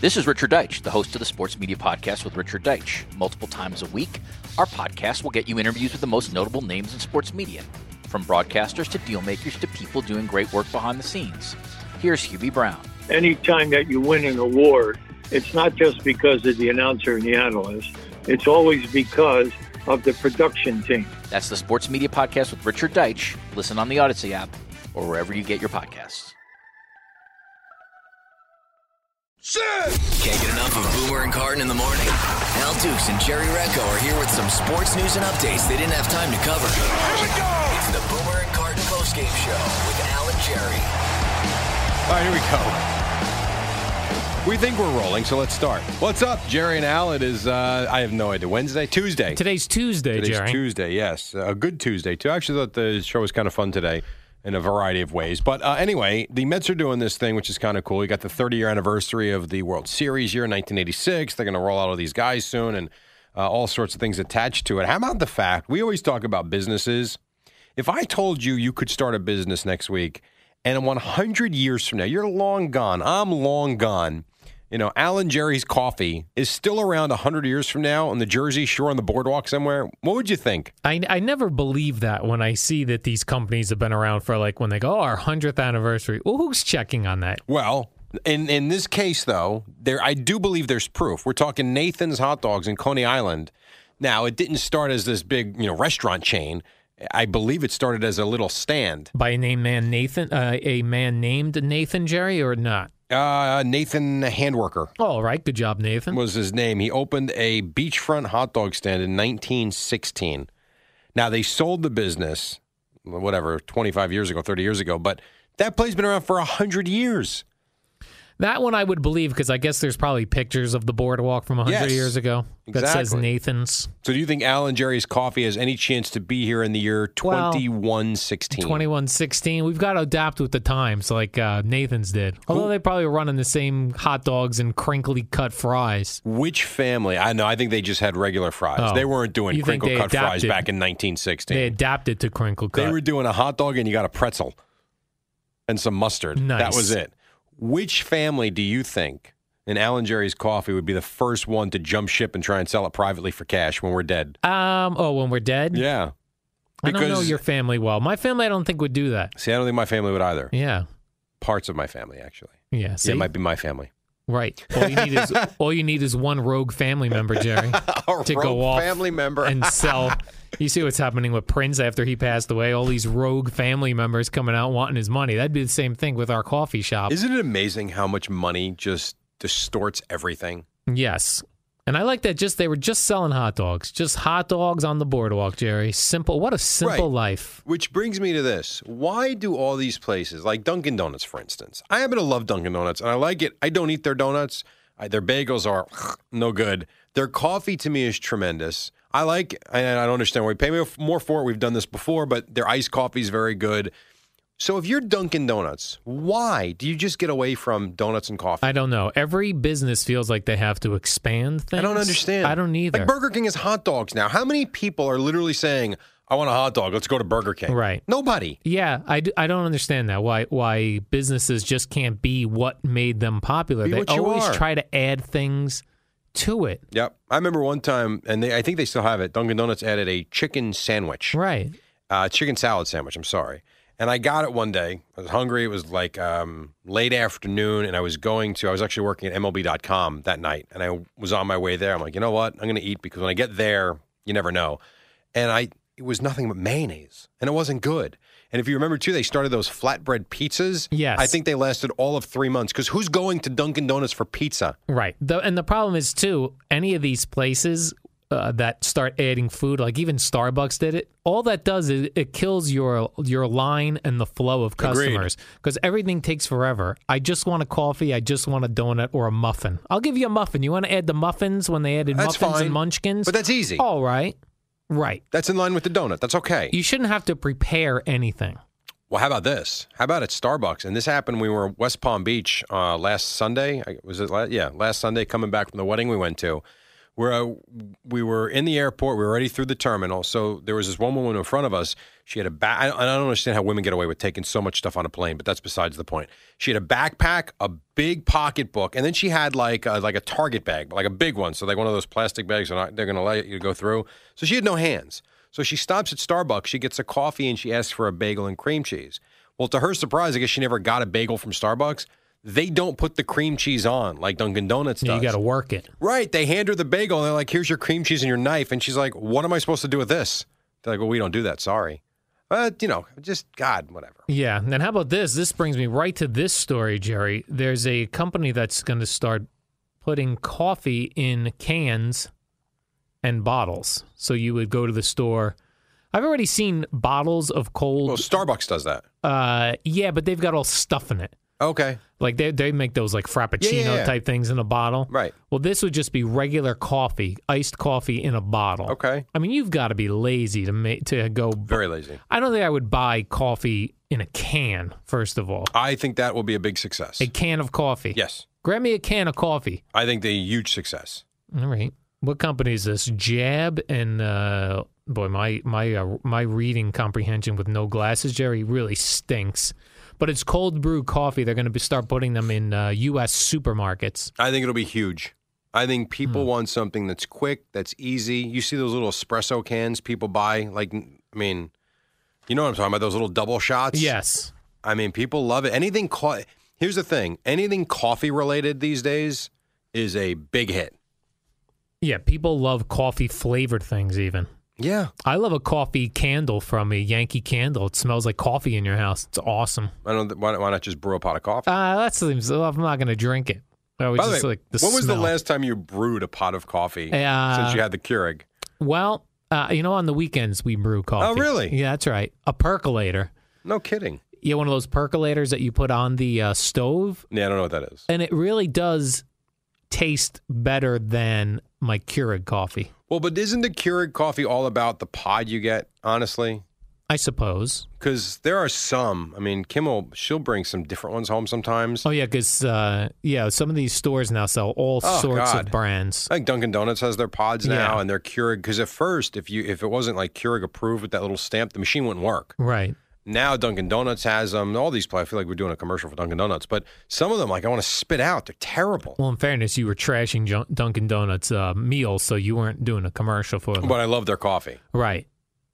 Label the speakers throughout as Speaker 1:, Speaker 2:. Speaker 1: This is Richard Deitch, the host of the Sports Media Podcast with Richard Deitch. Multiple times a week, our podcast will get you interviews with the most notable names in sports media, from broadcasters to deal makers to people doing great work behind the scenes. Here's Hubie Brown.
Speaker 2: anytime that you win an award, it's not just because of the announcer and the analyst. It's always because of the production team.
Speaker 1: That's the Sports Media Podcast with Richard Deitch. Listen on the Odyssey app or wherever you get your podcasts.
Speaker 3: Can't get enough of Boomer and Carton in the morning. Al Dukes and Jerry Recco are here with some sports news and updates they didn't have time to cover. Here we go! It's the Boomer and Carton postgame show with Al and Jerry.
Speaker 4: All right, here we go. We think we're rolling, so let's start. What's up, Jerry and Al? It is, uh, I have no idea, Wednesday? Tuesday.
Speaker 5: Today's Tuesday,
Speaker 4: Today's
Speaker 5: Jerry.
Speaker 4: Tuesday, yes. A good Tuesday, too. I actually thought the show was kind of fun today in a variety of ways. But uh, anyway, the Mets are doing this thing, which is kind of cool. You got the 30 year anniversary of the World Series year in 1986. They're going to roll out all these guys soon and uh, all sorts of things attached to it. How about the fact we always talk about businesses? If I told you you could start a business next week and 100 years from now, you're long gone, I'm long gone. You know, Alan Jerry's coffee is still around 100 years from now on the Jersey Shore on the boardwalk somewhere. What would you think?
Speaker 5: I, I never believe that when I see that these companies have been around for like when they go, oh, our 100th anniversary. Well, who's checking on that?
Speaker 4: Well, in in this case though, there I do believe there's proof. We're talking Nathan's hot dogs in Coney Island. Now, it didn't start as this big, you know, restaurant chain. I believe it started as a little stand.
Speaker 5: By a name man Nathan, uh, a man named Nathan Jerry or not?
Speaker 4: Uh, Nathan Handworker
Speaker 5: All right, good job, Nathan.
Speaker 4: was his name. He opened a beachfront hot dog stand in 1916. Now they sold the business, whatever, 25 years ago, 30 years ago, but that place has been around for 100 years.
Speaker 5: that one I would believe because I guess there's probably pictures of the boardwalk from 100
Speaker 4: Yes,
Speaker 5: years ago that says
Speaker 4: exactly.
Speaker 5: Nathan's
Speaker 4: So do you think Alan Jerry's Coffee has any chance to be here in the year
Speaker 5: Well,
Speaker 4: 2116?
Speaker 5: 2116. We've got to adapt with the times like uh, Nathan's did. Although they probably were running the same hot dogs and crinkly cut fries.
Speaker 4: Which family? I know. I think they just had regular fries.
Speaker 5: Oh.
Speaker 4: they weren't doing
Speaker 5: You think
Speaker 4: crinkle
Speaker 5: they
Speaker 4: cut fries
Speaker 5: adapted-
Speaker 4: back in
Speaker 5: They
Speaker 4: 1916.
Speaker 5: adapted to crinkle
Speaker 4: They,
Speaker 5: cut.
Speaker 4: were doing a hot dog and you got a pretzel and some mustard. That
Speaker 5: Nice.
Speaker 4: was it. Which family do you think in Alan Jerry's Coffee would be the first one to jump ship and try and sell it privately for cash when we're dead?
Speaker 5: um. Oh, when we're dead.
Speaker 4: Yeah.
Speaker 5: I don't know
Speaker 4: Because-
Speaker 5: your family well. My family, I don't think would do that.
Speaker 4: See, I don't think my family would either.
Speaker 5: Yeah.
Speaker 4: Parts of my family, actually.
Speaker 5: Yeah. See?
Speaker 4: Yeah, it might be my family.
Speaker 5: Right. All you need is all you need is one rogue family member, Jerry,
Speaker 4: A
Speaker 5: to
Speaker 4: rogue
Speaker 5: go off
Speaker 4: family member.
Speaker 5: and sell. You see what's happening with Prince after he passed away. All these rogue family members coming out wanting his money. That'd be the same thing with our coffee shop.
Speaker 4: Isn't it amazing how much money just distorts everything?
Speaker 5: yes. And I like that. Just they were just selling hot dogs, just hot dogs on the boardwalk, Jerry. Simple. What a simple
Speaker 4: Right.
Speaker 5: life.
Speaker 4: Which brings me to this. Why do all these places, like Dunkin' Donuts, for instance? I happen to love Dunkin' Donuts and I like it. I don't eat their donuts. I, their bagels are no good. Their coffee to me is tremendous. I like, and I don't understand why we pay more for it. We've done this before, but their iced coffee is very good. So if you're Dunkin' Donuts, why do you just get away from donuts and coffee?
Speaker 5: I don't know. Every business feels like they have to expand things.
Speaker 4: I don't understand.
Speaker 5: I don't either.
Speaker 4: Like Burger King is hot dogs now. How many people are literally saying, "I want a hot dog. Let's go to Burger King."
Speaker 5: Right.
Speaker 4: Nobody.
Speaker 5: Yeah, I, d- I don't understand that. Why why businesses just can't be what made them popular?
Speaker 4: Be
Speaker 5: they
Speaker 4: what you
Speaker 5: always
Speaker 4: are.
Speaker 5: try to add things to it.
Speaker 4: Yep. I remember one time, and they, I think they still have it. Dunkin' Donuts added a chicken sandwich,
Speaker 5: Right.
Speaker 4: uh, chicken salad sandwich. I'm sorry. And I got it one day. I was hungry. It was like um, late afternoon, and I was going to. I was actually working at MLB.com that night, and I was on my way there. I'm like, you know what? I'm going to eat because when I get there, you never know. And I, it was nothing but mayonnaise, and it wasn't good. And if you remember too, they started those flatbread pizzas.
Speaker 5: Yes.
Speaker 4: I think they lasted all of three months. Because who's going to Dunkin' Donuts for pizza?
Speaker 5: Right. The, and the problem is too, any of these places uh, that start adding food, like even Starbucks did it. All that does is it kills your your line and the flow of customers because everything takes forever. I just want a coffee. I just want a donut or a muffin. I'll give you a muffin. You want to add the muffins when they added
Speaker 4: That's
Speaker 5: muffins
Speaker 4: fine,
Speaker 5: and munchkins?
Speaker 4: but that's easy.
Speaker 5: all right, right.
Speaker 4: That's in line with the donut. That's okay.
Speaker 5: You shouldn't have to prepare anything.
Speaker 4: Well, how about this? How about at Starbucks? And this happened. when We were in West Palm Beach uh, last Sunday. I- Was it? Last, yeah, last Sunday. Coming back from the wedding we went to, where uh, we were in the airport. We were already through the terminal. So there was this one woman in front of us. She had a back. I don't- I don't understand how women get away with taking so much stuff on a plane, but that's besides the point. She had a backpack, a big pocketbook, and then she had like a, like a Target bag, like a big one. So like one of those plastic bags. They're, not, they're going to let you go through. So she had no hands. So she stops at Starbucks, she gets a coffee, and she asks for a bagel and cream cheese. Well, to her surprise, I guess she never got a bagel from Starbucks. They don't put the cream cheese on like Dunkin' Donuts
Speaker 5: You,
Speaker 4: does.
Speaker 5: know, you got to work it.
Speaker 4: right. They hand her the bagel, and they're like, here's your cream cheese and your knife. And she's like, what am I supposed to do with this? They're like, well, we don't do that. Sorry. But, you know, just God, whatever.
Speaker 5: Yeah. And then how about this? This brings me right to this story, Jerry. There's a company that's going to start putting coffee in cans and bottles. So you would go to the store. I've already seen bottles of
Speaker 4: Well,
Speaker 5: cold.
Speaker 4: Starbucks does that.
Speaker 5: Uh, yeah, but they've got all stuff in it.
Speaker 4: Okay.
Speaker 5: Like they they make those like frappuccino
Speaker 4: Yeah, yeah, yeah.
Speaker 5: type things in a bottle.
Speaker 4: Right.
Speaker 5: Well, this would just be regular coffee, iced coffee in a bottle.
Speaker 4: Okay.
Speaker 5: I mean, you've got to be lazy to make to go. bu-
Speaker 4: Very lazy.
Speaker 5: I don't think I would buy coffee in a can. First of all,
Speaker 4: I think that will be a big success.
Speaker 5: a can of coffee.
Speaker 4: Yes.
Speaker 5: Grab me a can of coffee.
Speaker 4: I think the huge success.
Speaker 5: All right. What company is this? Jab and uh, boy, my my uh, my reading comprehension with no glasses, Jerry, really stinks. But it's cold brew coffee. They're going to start putting them in uh, U.S. supermarkets.
Speaker 4: I think it'll be huge. I think people want something that's quick, that's easy. You see those little espresso cans people buy? Like, I mean, you know what I'm talking about? Those little double shots?
Speaker 5: Yes.
Speaker 4: I mean, people love it. Anything, co- here's the thing anything coffee related these days is a big hit.
Speaker 5: Yeah, people love coffee flavored things. Even
Speaker 4: Yeah.
Speaker 5: I love a coffee candle from a Yankee Candle. It smells like coffee in your house. It's awesome.
Speaker 4: I don't, why, not- why not just brew a pot of coffee?
Speaker 5: Uh, that seems. I'm not going to drink it. I was
Speaker 4: By the
Speaker 5: just
Speaker 4: way,
Speaker 5: like the
Speaker 4: when was the
Speaker 5: smell.
Speaker 4: last time you brewed a pot of coffee
Speaker 5: Uh,
Speaker 4: since you had the Keurig?
Speaker 5: Well, uh, you know, on the weekends we brew coffee.
Speaker 4: Oh, really?
Speaker 5: Yeah, that's right. A percolator.
Speaker 4: No kidding.
Speaker 5: Yeah, one of those percolators that you put on the uh, stove,
Speaker 4: Yeah, I don't know what that is.
Speaker 5: and it really does taste better than my Keurig coffee,
Speaker 4: Well, but isn't the Keurig coffee all about the pod you get, honestly?
Speaker 5: I suppose.
Speaker 4: because there are some. I mean, Kimmel, she'll bring some different ones home sometimes.
Speaker 5: Oh yeah, because uh, yeah, some of these stores now sell all
Speaker 4: Oh,
Speaker 5: sorts
Speaker 4: God.
Speaker 5: of brands.
Speaker 4: I think Dunkin' Donuts has their pods now,
Speaker 5: Yeah.
Speaker 4: and they're Keurig. Because at first, if you if it wasn't like Keurig approved with that little stamp, the machine wouldn't work.
Speaker 5: Right.
Speaker 4: Now Dunkin' Donuts has them. All these, pla- I feel like we're doing a commercial for Dunkin' Donuts, but some of them, like I want to spit out. They're terrible.
Speaker 5: Well, in fairness, you were trashing Jun- Dunkin' Donuts uh, meals, so you weren't doing a commercial for them.
Speaker 4: But I love their coffee,
Speaker 5: right.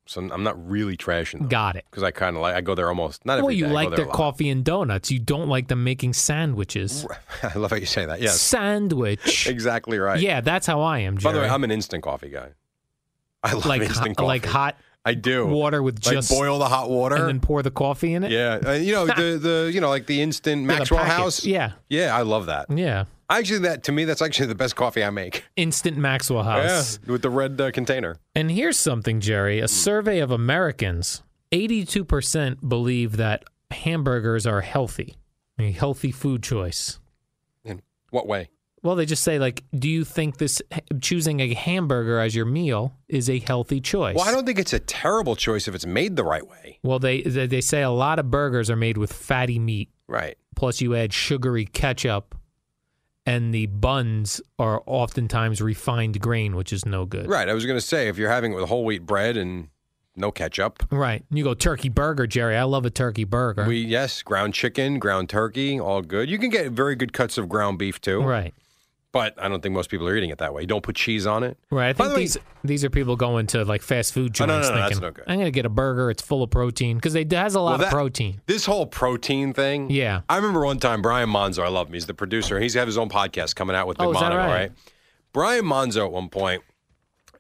Speaker 4: so I'm not really trashing them
Speaker 5: Got it.
Speaker 4: because I kind of like. I go there almost not every
Speaker 5: Well, you
Speaker 4: day, I go
Speaker 5: like
Speaker 4: there
Speaker 5: their
Speaker 4: a lot.
Speaker 5: coffee and donuts. You don't like them making sandwiches.
Speaker 4: I love how you say that. Yes,
Speaker 5: Sandwich.
Speaker 4: exactly right.
Speaker 5: Yeah, that's how I am,
Speaker 4: By
Speaker 5: Jerry.
Speaker 4: the way, I'm an instant coffee guy. I love
Speaker 5: like
Speaker 4: instant
Speaker 5: hot,
Speaker 4: coffee.
Speaker 5: like hot
Speaker 4: I do.
Speaker 5: water with
Speaker 4: like
Speaker 5: just
Speaker 4: boil the hot water.
Speaker 5: and then pour the coffee in it.
Speaker 4: yeah, uh, you know the the you know like the instant
Speaker 5: Yeah, the
Speaker 4: Maxwell
Speaker 5: packets.
Speaker 4: House.
Speaker 5: Yeah,
Speaker 4: yeah, I love that.
Speaker 5: yeah.
Speaker 4: Actually, that to me that's actually the best coffee I make.
Speaker 5: Instant Maxwell House.
Speaker 4: Yeah, Hmm. with the red uh, container.
Speaker 5: And here's something, Jerry. A survey of Americans: 82% believe that hamburgers are healthy, a healthy food choice.
Speaker 4: In what way?
Speaker 5: Well, they just say like, do you think this choosing a hamburger as your meal is a healthy choice?
Speaker 4: Well, I don't think it's a terrible choice if it's made the right way.
Speaker 5: Well, they they they say a lot of burgers are made with fatty meat.
Speaker 4: Right.
Speaker 5: plus you add sugary ketchup and the buns are oftentimes refined grain which is no good
Speaker 4: Right. I was gonna say if you're having it with whole wheat bread and no ketchup.
Speaker 5: right and you go turkey burger jerry i love a turkey burger
Speaker 4: We yes, ground chicken, ground turkey, all good. You can get very good cuts of ground beef too,
Speaker 5: right
Speaker 4: but I don't think most people are eating it that way. You don't put cheese on it.
Speaker 5: right i
Speaker 4: By
Speaker 5: think
Speaker 4: the way-
Speaker 5: these these are people going to like fast food
Speaker 4: Oh,
Speaker 5: joints
Speaker 4: no, no, no, that's
Speaker 5: thinking
Speaker 4: no good.
Speaker 5: i'm gonna get a burger it's full of protein because it has a lot
Speaker 4: Well,
Speaker 5: of
Speaker 4: that-
Speaker 5: protein
Speaker 4: This whole protein thing.
Speaker 5: Yeah.
Speaker 4: I remember one time Brian Monzo, I love him. He's the producer. He's have his own podcast coming out with Big
Speaker 5: Oh, is that
Speaker 4: Mono,
Speaker 5: right?
Speaker 4: Brian Monzo at one point,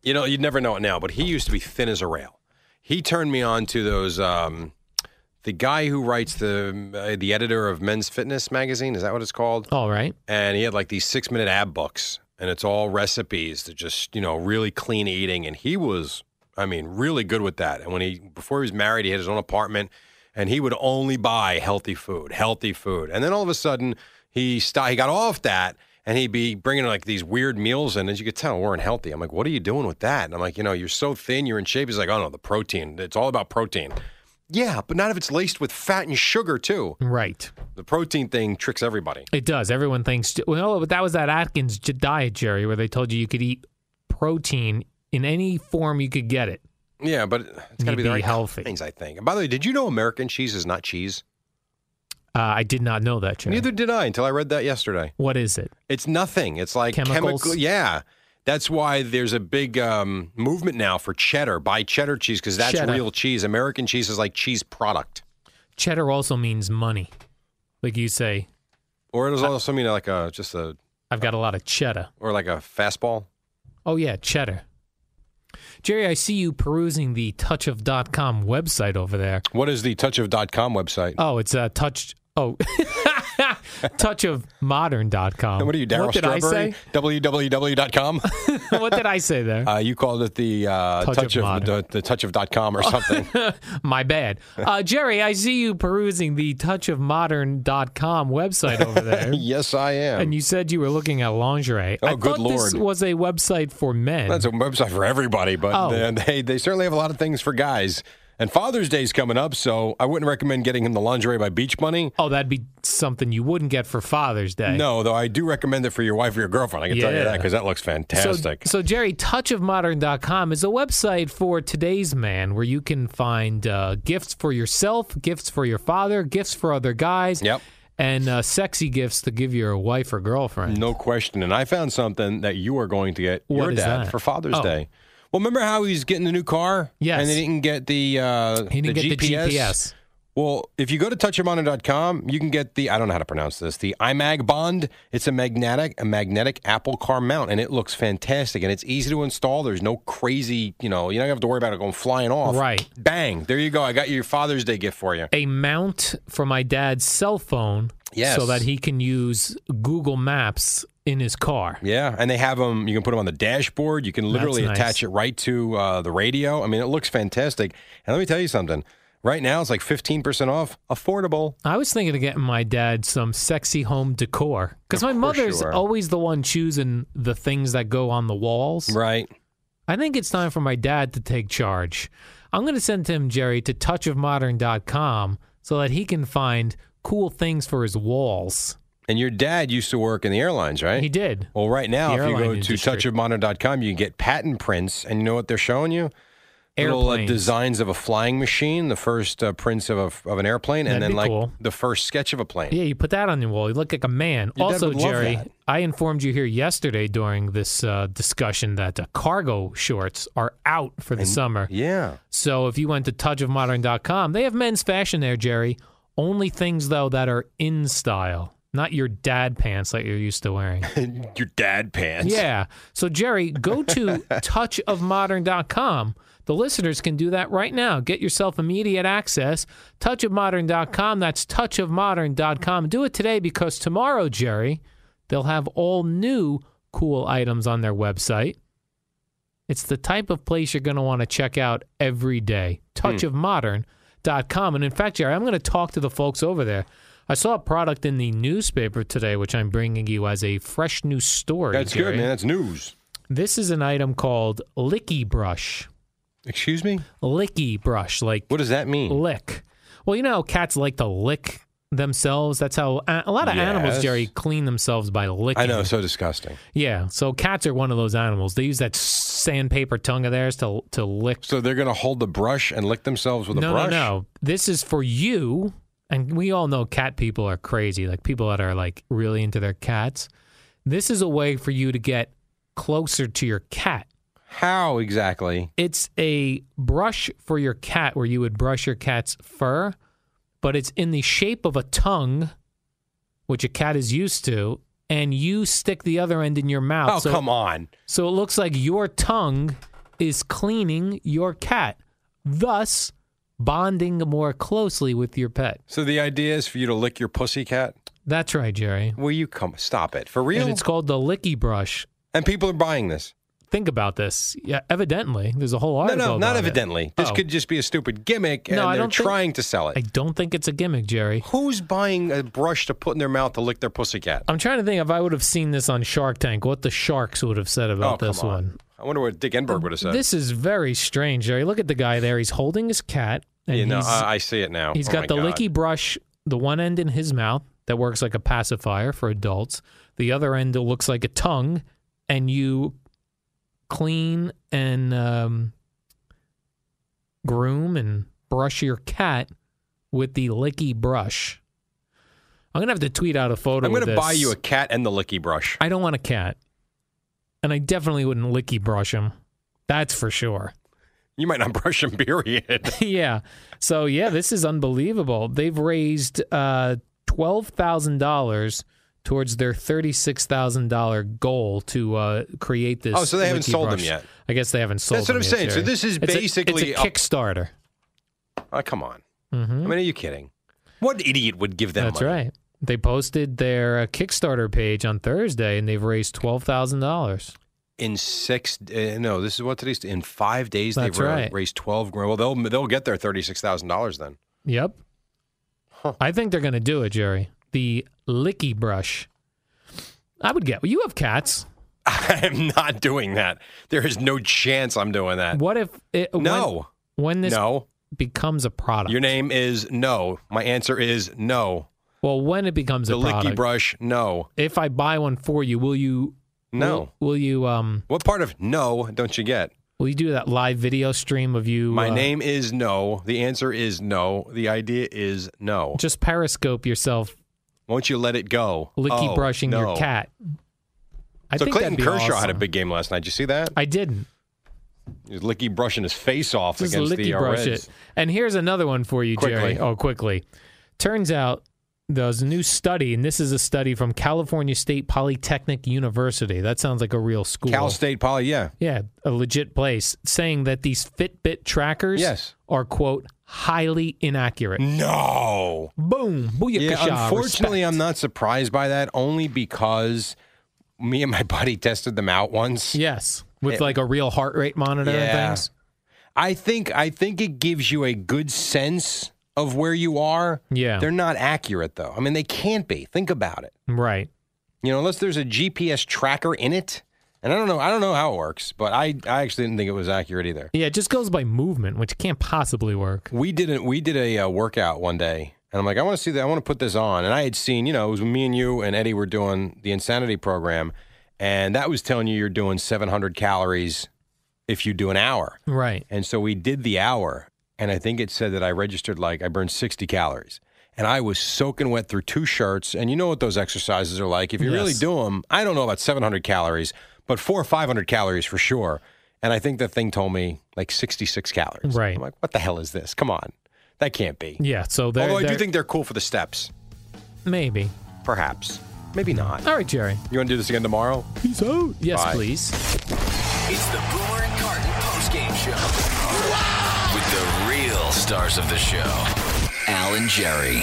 Speaker 4: you know, you'd never know it now, but he used to be thin as a rail. He turned me on to those um, the guy who writes the uh, the editor of Men's Fitness magazine, is that what it's called?
Speaker 5: all right
Speaker 4: And he had like these 6-minute ab books. and it's all recipes to just you know really clean eating. And he was, I mean, really good with that. And when he before he was married, he had his own apartment, and he would only buy healthy food, healthy food. And then all of a sudden, he st- he got off that. And he'd be bringing like these weird meals in, as you could tell, weren't healthy. I'm like, what are you doing with that? And I'm like, you know, you're so thin, you're in shape. He's like, oh no, the protein. It's all about protein. Yeah, but not if it's laced with fat and sugar too.
Speaker 5: Right.
Speaker 4: The protein thing tricks everybody.
Speaker 5: It does. Everyone thinks, well, but that was that Atkins j- diet, Jerry, where they told you you could eat protein in any form you could get it.
Speaker 4: Yeah, but it's got to
Speaker 5: You'd
Speaker 4: be the
Speaker 5: be
Speaker 4: right
Speaker 5: healthy.
Speaker 4: things. I think. And by the way, did you know American cheese is not cheese?
Speaker 5: Uh, I did not know that, Jerry.
Speaker 4: Neither did I until I read that yesterday.
Speaker 5: What is it?
Speaker 4: It's nothing. It's like
Speaker 5: Chemicals?
Speaker 4: chemical. Yeah, that's why there's a big um, movement now for cheddar. Buy cheddar cheese because that's
Speaker 5: Cheddar.
Speaker 4: real cheese. American cheese is like cheese product,
Speaker 5: Cheddar also means money. Like you say,
Speaker 4: or it does also mean like a just a
Speaker 5: I've got a lot of cheddar.
Speaker 4: or like a fastball.
Speaker 5: Oh, yeah, cheddar. Jerry, I see you perusing the touchof.com website over there.
Speaker 4: What is the touchof.com website?
Speaker 5: Oh, it's uh, touch. Oh, touchofmodern.com.
Speaker 4: And what are you, Daryl
Speaker 5: What did I
Speaker 4: Strawberry?
Speaker 5: say?
Speaker 4: www.com.
Speaker 5: what did I say there?
Speaker 4: Uh, you called it the uh,
Speaker 5: Touch
Speaker 4: touch,
Speaker 5: of
Speaker 4: of,
Speaker 5: Modern.
Speaker 4: the, the touch of dot com or something.
Speaker 5: My bad. Uh, Jerry, I see you perusing the touchofmodern.com website over there.
Speaker 4: yes, I am.
Speaker 5: And you said you were looking at lingerie.
Speaker 4: Oh,
Speaker 5: I
Speaker 4: good
Speaker 5: thought This
Speaker 4: Lord.
Speaker 5: was a website for men.
Speaker 4: That's a website for everybody, but
Speaker 5: Oh.
Speaker 4: they, they they certainly have a lot of things for guys. And Father's Day's coming up, so I wouldn't recommend getting him the lingerie by Beach Money.
Speaker 5: oh, that'd be something you wouldn't get for Father's Day.
Speaker 4: No, though I do recommend it for your wife or your girlfriend. I can tell you
Speaker 5: Yeah.
Speaker 4: that because that looks
Speaker 5: So,
Speaker 4: fantastic.
Speaker 5: so Jerry, touchofmodern.com is a website for today's man where you can find uh, gifts for yourself, gifts for your father, gifts for other guys,
Speaker 4: Yep.
Speaker 5: and uh, sexy gifts to give your wife or girlfriend.
Speaker 4: no question. And I found something that you are going to get your
Speaker 5: What is
Speaker 4: dad
Speaker 5: that?
Speaker 4: for Father's
Speaker 5: Oh.
Speaker 4: Day. Well, remember how he's getting the new car?
Speaker 5: Yes.
Speaker 4: And they didn't get the uh,
Speaker 5: He didn't
Speaker 4: the
Speaker 5: get
Speaker 4: GPS?
Speaker 5: the GPS.
Speaker 4: Well, if you go to touchyourmonitor.com, you can get the I don't know how to pronounce this, the iMag Bond. It's a magnetic a magnetic Apple car mount and it looks fantastic and it's easy to install. There's no crazy, you know, you don't have to worry about it going flying off.
Speaker 5: Right.
Speaker 4: Bang. There you go. I got your Father's Day gift for you.
Speaker 5: a mount for my dad's cell phone
Speaker 4: Yes.
Speaker 5: so that he can use Google Maps in his car.
Speaker 4: Yeah, and they have them. You can put them on the dashboard. You can literally
Speaker 5: nice.
Speaker 4: attach it right to uh, the radio. I mean, it looks fantastic. And let me tell you something. Right now, it's like fifteen percent off, affordable.
Speaker 5: I was thinking of getting my dad some sexy home decor because my
Speaker 4: Of course you
Speaker 5: mother's
Speaker 4: are.
Speaker 5: always the one choosing the things that go on the walls.
Speaker 4: Right.
Speaker 5: I think it's time for my dad to take charge. I'm going to send him, Jerry, to touchofmodern.com so that he can find cool things for his walls.
Speaker 4: And your dad used to work in the airlines, right?
Speaker 5: He did.
Speaker 4: Well, right now,
Speaker 5: The
Speaker 4: if you go
Speaker 5: airline
Speaker 4: to
Speaker 5: industry.
Speaker 4: touchofmodern.com, you can get patent prints, and you know what they're showing you? Little uh,
Speaker 5: Airplanes.
Speaker 4: designs of a flying machine, the first uh, prints of, a, of an airplane, and
Speaker 5: That'd
Speaker 4: then
Speaker 5: be
Speaker 4: like
Speaker 5: cool.
Speaker 4: the first sketch of a plane.
Speaker 5: Yeah, you put that on your wall. You look like a man.
Speaker 4: Your dad
Speaker 5: also,
Speaker 4: would love
Speaker 5: Jerry,
Speaker 4: that.
Speaker 5: I informed you here yesterday during this uh, discussion that uh, cargo shorts are out for the summer.
Speaker 4: Yeah.
Speaker 5: So if you went to touchofmodern.com, they have men's fashion there, Jerry. Only things, though, that are in style, not your dad pants that you're used to wearing.
Speaker 4: your dad pants.
Speaker 5: yeah. So, Jerry, go to touchofmodern.com. The listeners can do that right now. Get yourself immediate access. Touchofmodern.com. That's touchofmodern.com. Do it today because tomorrow, Jerry, they'll have all new cool items on their website. It's the type of place you're going to want to check out every day.
Speaker 4: Hmm.
Speaker 5: Touchofmodern.com. And in fact, Jerry, I'm going to talk to the folks over there. I saw a product in the newspaper today, which I'm bringing you as a fresh new story.
Speaker 4: That's
Speaker 5: Jerry.
Speaker 4: good, man. That's news.
Speaker 5: This is an item called Licky Brush.
Speaker 4: Excuse me?
Speaker 5: Licky Brush, like
Speaker 4: What does that mean?
Speaker 5: lick. Well, you know, how cats like to lick themselves. That's how a a lot of animals,
Speaker 4: Yes.
Speaker 5: Jerry, clean themselves by licking.
Speaker 4: I know, so disgusting.
Speaker 5: Yeah. So cats are one of those animals. They use that sandpaper tongue of theirs to to lick.
Speaker 4: So they're going to hold the brush and lick themselves with
Speaker 5: no,
Speaker 4: a brush?
Speaker 5: no, no. This is for you. And we all know cat people are crazy, like people that are like really into their cats. This is a way for you to get closer to your cat.
Speaker 4: How exactly?
Speaker 5: It's a brush for your cat where you would brush your cat's fur, but it's in the shape of a tongue, which a cat is used to, and you stick the other end in your mouth.
Speaker 4: Oh,
Speaker 5: so,
Speaker 4: come on.
Speaker 5: So it looks like your tongue is cleaning your cat, thus bonding more closely with your pet.
Speaker 4: So the idea is for you to lick your pussy cat?
Speaker 5: That's right, Jerry.
Speaker 4: Will you come? Stop it. For real?
Speaker 5: And it's called the licky brush.
Speaker 4: And people are buying this.
Speaker 5: Think about this. Yeah, evidently, there's a whole
Speaker 4: No,
Speaker 5: article.
Speaker 4: no, not
Speaker 5: about it.
Speaker 4: evidently. This
Speaker 5: Oh.
Speaker 4: could just be a stupid gimmick, and
Speaker 5: No, I
Speaker 4: they're
Speaker 5: don't think-
Speaker 4: trying to sell it.
Speaker 5: I don't think it's a gimmick, Jerry.
Speaker 4: Who's buying a brush to put in their mouth to lick their pussycat?
Speaker 5: I'm trying to think if I would have seen this on Shark Tank, what the sharks would have said about
Speaker 4: oh,
Speaker 5: this
Speaker 4: come on.
Speaker 5: one. Um,
Speaker 4: I wonder what Dick Enberg would have said.
Speaker 5: This is very strange, Jerry. Look at the guy there. He's holding his cat, and
Speaker 4: you know,
Speaker 5: he's
Speaker 4: I, I see it now.
Speaker 5: He's
Speaker 4: Oh my
Speaker 5: got the
Speaker 4: God.
Speaker 5: licky brush, the one end in his mouth that works like a pacifier for adults, the other end that looks like a tongue, and you clean and um, groom and brush your cat with the licky brush. I'm gonna have to tweet out a photo.
Speaker 4: I'm going to
Speaker 5: to
Speaker 4: buy you a cat and the licky brush.
Speaker 5: I don't want a cat, and I definitely wouldn't licky brush him. That's for sure.
Speaker 4: You might not brush him, period.
Speaker 5: yeah. So yeah, this is unbelievable. They've raised uh, twelve thousand dollars towards their thirty-six thousand dollar goal to uh, create this.
Speaker 4: Oh, so they haven't
Speaker 5: Licky
Speaker 4: sold them
Speaker 5: brush.
Speaker 4: yet.
Speaker 5: I guess they haven't sold.
Speaker 4: That's what I'm
Speaker 5: them yet,
Speaker 4: saying. So
Speaker 5: Jerry.
Speaker 4: this is
Speaker 5: It's a-
Speaker 4: basically
Speaker 5: it's a,
Speaker 4: a-
Speaker 5: Kickstarter.
Speaker 4: oh, come on. I
Speaker 5: hmm
Speaker 4: mean, are you kidding? What idiot would give them
Speaker 5: That's
Speaker 4: money?
Speaker 5: right. They posted their uh, Kickstarter page on Thursday, and they've raised twelve thousand dollars.
Speaker 4: In six, uh, no, this is what today's. In five days,
Speaker 5: That's
Speaker 4: they ra-
Speaker 5: right.
Speaker 4: raised twelve grand. Well, they'll they'll get their thirty six thousand dollars then.
Speaker 5: Yep. I think they're going to do it, Jerry. The licky brush. I would get. Well, you have cats.
Speaker 4: I am not doing that. There is no chance I'm doing that.
Speaker 5: What if it, when-
Speaker 4: Uh, No,
Speaker 5: when, this
Speaker 4: no.
Speaker 5: becomes a product?
Speaker 4: Your name is no. My answer is no.
Speaker 5: well, when it becomes
Speaker 4: The
Speaker 5: a
Speaker 4: licky
Speaker 5: product,
Speaker 4: brush, no,
Speaker 5: if I buy one for you, will you?
Speaker 4: no.
Speaker 5: Will, will you? Um,
Speaker 4: What part of no don't you get?
Speaker 5: will you do that live video stream of you?
Speaker 4: My
Speaker 5: uh,
Speaker 4: name is no. The answer is no. The idea is no.
Speaker 5: Just Periscope yourself,
Speaker 4: Won't you let it go?
Speaker 5: licky
Speaker 4: Oh,
Speaker 5: brushing
Speaker 4: no.
Speaker 5: your cat. I
Speaker 4: so
Speaker 5: think
Speaker 4: Clayton
Speaker 5: that'd be
Speaker 4: Kershaw had a
Speaker 5: awesome.
Speaker 4: big game last night. Did you see that?
Speaker 5: I didn't.
Speaker 4: He was licky brushing his face off
Speaker 5: Just
Speaker 4: against the
Speaker 5: licky
Speaker 4: uh,
Speaker 5: brush
Speaker 4: Reds.
Speaker 5: it. And here's another one for you,
Speaker 4: Quickly.
Speaker 5: Jerry. Oh, quickly. Turns out there's a new study, and this is a study from California State Polytechnic University. That sounds like a real school.
Speaker 4: Cal State Poly, yeah.
Speaker 5: Yeah, a legit place saying that these Fitbit trackers
Speaker 4: Yes.
Speaker 5: are quote highly inaccurate.
Speaker 4: No.
Speaker 5: Boom, booyakasha.
Speaker 4: Yeah, unfortunately,
Speaker 5: respect.
Speaker 4: I'm not surprised by that only because me and my buddy tested them out once.
Speaker 5: Yes, with like a real heart rate monitor
Speaker 4: Yeah.
Speaker 5: and things.
Speaker 4: I think I think it gives you a good sense of where you are.
Speaker 5: Yeah.
Speaker 4: They're not accurate though. I mean, they can't be. Think about it.
Speaker 5: Right.
Speaker 4: You know, unless there's a GPS tracker in it. And I don't know, I don't know how it works, but I I actually didn't think it was accurate either.
Speaker 5: Yeah, it just goes by movement, which can't possibly work.
Speaker 4: We did a, we did a uh, workout one day, and I'm like, I want to see that. I want to put this on. And I had seen, you know, it was when me and you and Eddie were doing the insanity program, and that was telling you you're doing 700 calories if you do an hour.
Speaker 5: Right.
Speaker 4: And so we did the hour, and I think it said that I registered like I burned 60 calories. And I was soaking wet through two shirts. And you know what those exercises are like. If you really
Speaker 5: Yes.
Speaker 4: do them, I don't know about 700 calories, but four or 500 calories for sure. And I think the thing told me like 66 calories.
Speaker 5: Right.
Speaker 4: I'm like, what the hell is this? Come on. That can't be.
Speaker 5: Yeah. So there.
Speaker 4: Although I do think they're cool for the steps,
Speaker 5: maybe.
Speaker 4: perhaps. Maybe not.
Speaker 5: All right, Jerry.
Speaker 4: You want to do this again tomorrow?
Speaker 5: Peace out. Yes,
Speaker 4: Bye.
Speaker 5: please.
Speaker 3: It's the Boomer and Carton postgame show with the real stars of the show, Al and Jerry.